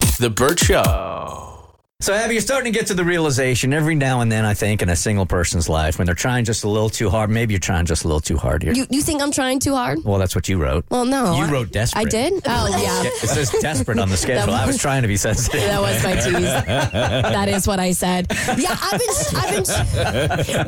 with The Burt Show. So, Abby, you're starting to get to the realization every now and then, I think, in a single person's life when they're trying just a little too hard. Maybe you're trying just a little too hard here. You you think I'm trying too hard? well, that's what you wrote. Well, no. You I- wrote desperate. I did. Oh Yeah, yeah. It says desperate on the schedule. I was trying to be sensitive. That was my tease. that is what I said. Yeah, I've been. I've been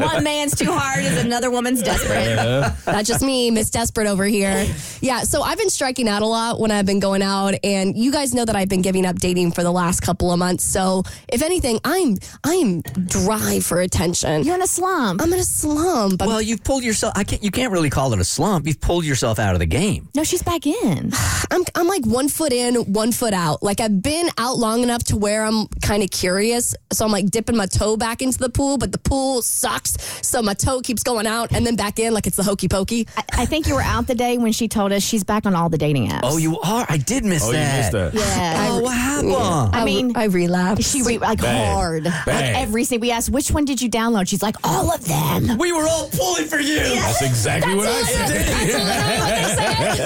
one man's too hard is another woman's desperate. Uh-huh. Not just me, Miss Desperate over here. Yeah, so I've been striking out a lot when I've been going out, and you guys know that I've been giving up dating for the last couple of months. So if anything, I'm I'm dry for attention. You're in a slump. I'm in a slump. I'm Well, you've pulled yourself. I can't. You can't really call it a slump. You've pulled yourself out of the game. No, she's back in. I'm I'm like one foot in, one foot out. Like I've been out long enough to where I'm kind of curious, so I'm like dipping my toe back into the pool, but the pool sucks, so my toe keeps going out and then back in like it's the hokey pokey. I, I think you were out the day when she told us she's back on all the dating apps. Oh, you are. I did miss Oh, that. you missed that. Yeah. Oh, what happened? I mean, I relapsed. she re- like Bang. hard. Bang. Like every single. We asked which one did you download. She's like all of them. We were all pulling for you. That's exactly what I said.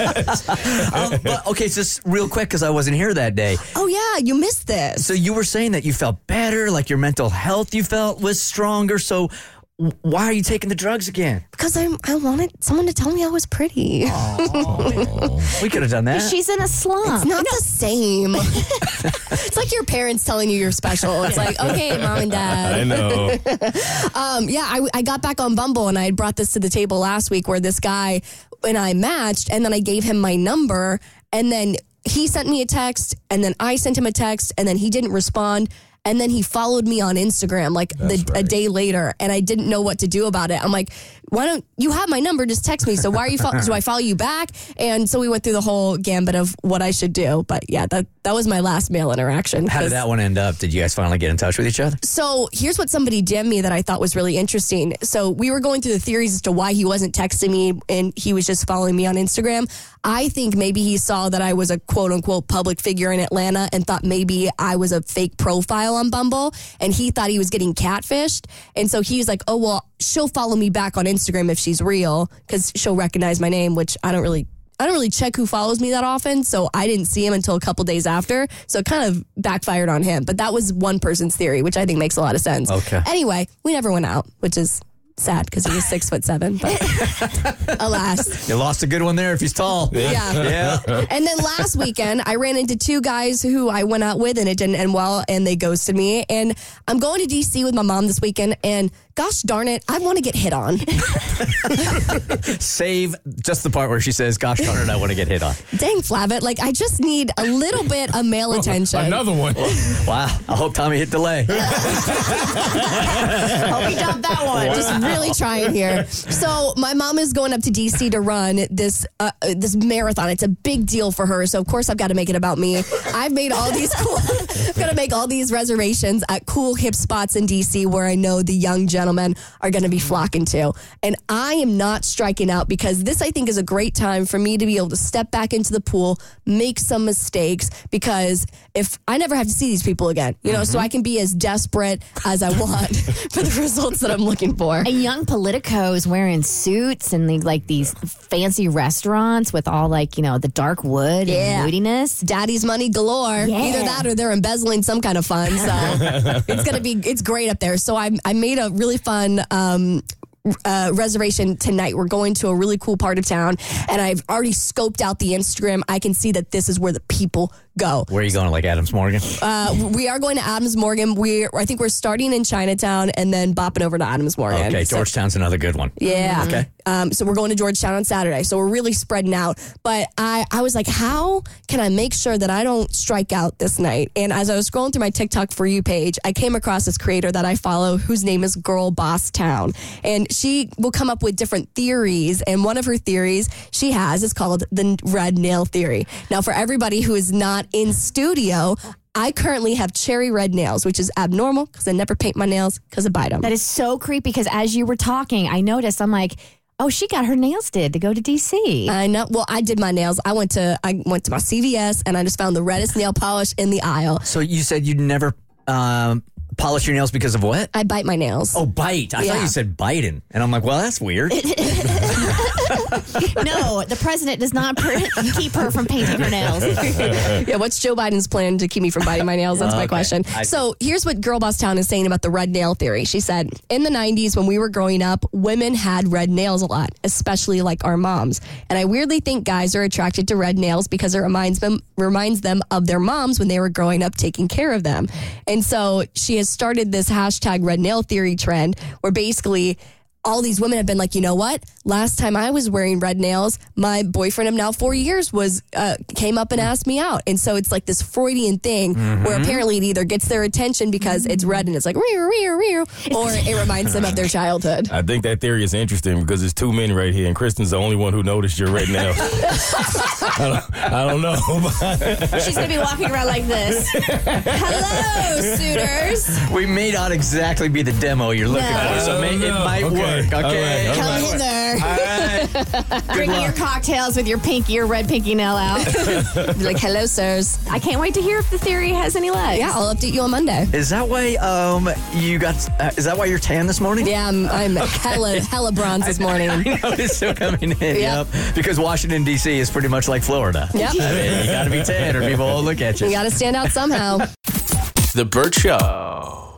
Um, but, okay, so just real quick because I wasn't here that day. oh yeah, you missed this. So you were saying that you felt better, like your mental health you felt was stronger. So w- why are you taking the drugs again? Because I I wanted someone to tell me I was pretty. We could have done that. She's in a slump. It's not the same. it's like your parents telling you you're special. It's like, okay, mom and dad. I know. Um, yeah, I, I got back on Bumble and I had brought this to the table last week where this guy and I matched and then I gave him my number and then he sent me a text and then I sent him a text and then he didn't respond and then he followed me on Instagram like the, a day later and I didn't know what to do about it. I'm like, why don't you have my number? Just text me. So why are you? Fo- do I follow you back? And so we went through the whole gambit of what I should do. But yeah, that that was my last male interaction. How 'cause- did that one end up? Did you guys finally get in touch with each other? so here's what somebody DM'd me that I thought was really interesting. So we were going through the theories as to why he wasn't texting me and he was just following me on Instagram. I think maybe he saw that I was a quote unquote public figure in Atlanta and thought maybe I was a fake profile on Bumble and he thought he was getting catfished. And so he was like, oh, well, she'll follow me back on Instagram if she's real because she'll recognize my name, which I don't really I don't really check who follows me that often, so I didn't see him until a couple days after. So it kind of backfired on him. But that was one person's theory, which I think makes a lot of sense. Okay. Anyway, we never went out, which is sad because he was six foot seven. But alas, You lost a good one there if he's tall. yeah. Yeah. And then last weekend, I ran into two guys who I went out with, and it didn't end well, and they ghosted me. And I'm going to DC with my mom this weekend, and gosh darn it, I want to get hit on. Save just the part where she says, Gosh darn it, I want to get hit on. Dang, Flavitt, like I just need a little bit of male attention. Another one. Wow. I hope Tommy hit delay. Oh, we dumped that one. just really trying here. So my mom is going up to DC to run this uh, uh, this marathon. It's a big deal for her. So of course I've got to make it about me. I've made all these cool. I've got to make all these reservations at cool hip spots in DC where I know the young gentlemen are going to be flocking to. And I am not striking out because this I think is a great time for me to be able to step back into the pool, make some mistakes because if I never have to see these people again, you know, so I can be as desperate as I want for the results that I'm looking for. And young politicos wearing suits and the, like these fancy restaurants with all like you know the dark wood Yeah. and moodiness. Daddy's money galore. Yeah. Either that or they're embezzling some kind of fund. So it's gonna be it's great up there. So I I made a really fun um uh, reservation tonight. We're going to a really cool part of town, and I've already scoped out the Instagram. I can see that this is where the people go. Where are you going? Like Adams Morgan? Uh, we are going to Adams Morgan. We I think we're starting in Chinatown and then bopping over to Adams Morgan. okay, So- Georgetown's another good one. yeah. Okay. Um, so we're going to Georgetown on Saturday. So we're really spreading out. But I, I was like, how can I make sure that I don't strike out this night? And as I was scrolling through my TikTok for you page, I came across this creator that I follow whose name is Girl Boss Town. And she will come up with different theories. And one of her theories she has is called the red nail theory. Now, for everybody who is not in studio, I currently have cherry red nails, which is abnormal because I never paint my nails because I bite them. That is so creepy because as you were talking, I noticed I'm like, oh, she got her nails did to go to DC. I know. Well, I did my nails. I went to I went to my CVS and I just found the reddest nail polish in the aisle. So you said you'd never um, Polish your nails because of what? I bite my nails. Oh, bite. I thought Uh, Yeah. you said Biden. And I'm like, well, that's weird. No, the president does not per- keep her from painting her nails. Yeah, what's Joe Biden's plan to keep me from biting my nails? That's my Okay. question. I- so here's what Girl Boss Town is saying about the red nail theory. She said, in the 90s, when we were growing up, women had red nails a lot, especially like our moms. And I weirdly think guys are attracted to red nails because it reminds them reminds them of their moms when they were growing up taking care of them. And so she has started this hashtag red nail theory trend where basically all these women have been like, you know what? Last time I was wearing red nails, my boyfriend of now four years was uh, came up and asked me out, and so it's like this Freudian thing where apparently it either gets their attention because it's red and it's like rear rear rear, or it reminds them of their childhood. I think that theory is interesting because there's two men right here, and Kristen's the only one who noticed your red nails. I, don't, I don't know. She's going to be walking around like this. Hello, suitors. we may not exactly be the demo you're looking No. for, so may, it No. might Okay. work. All Okay. right. Come in there. Drinking your cocktails with your pinky, your red pinky nail out. like hello, sirs. I can't wait to hear if the theory has any legs. Yeah, I'll update you on Monday. Is that why um you got? Uh, is that why you're tan this morning? Yeah, I'm, I'm hella hella bronze this morning. I noticed it coming in. Yeah. Yep. Because Washington D.C. is pretty much like Florida. Yep. I mean, you got to be tan or people will look at you. We got to stand out somehow. The Burt Show.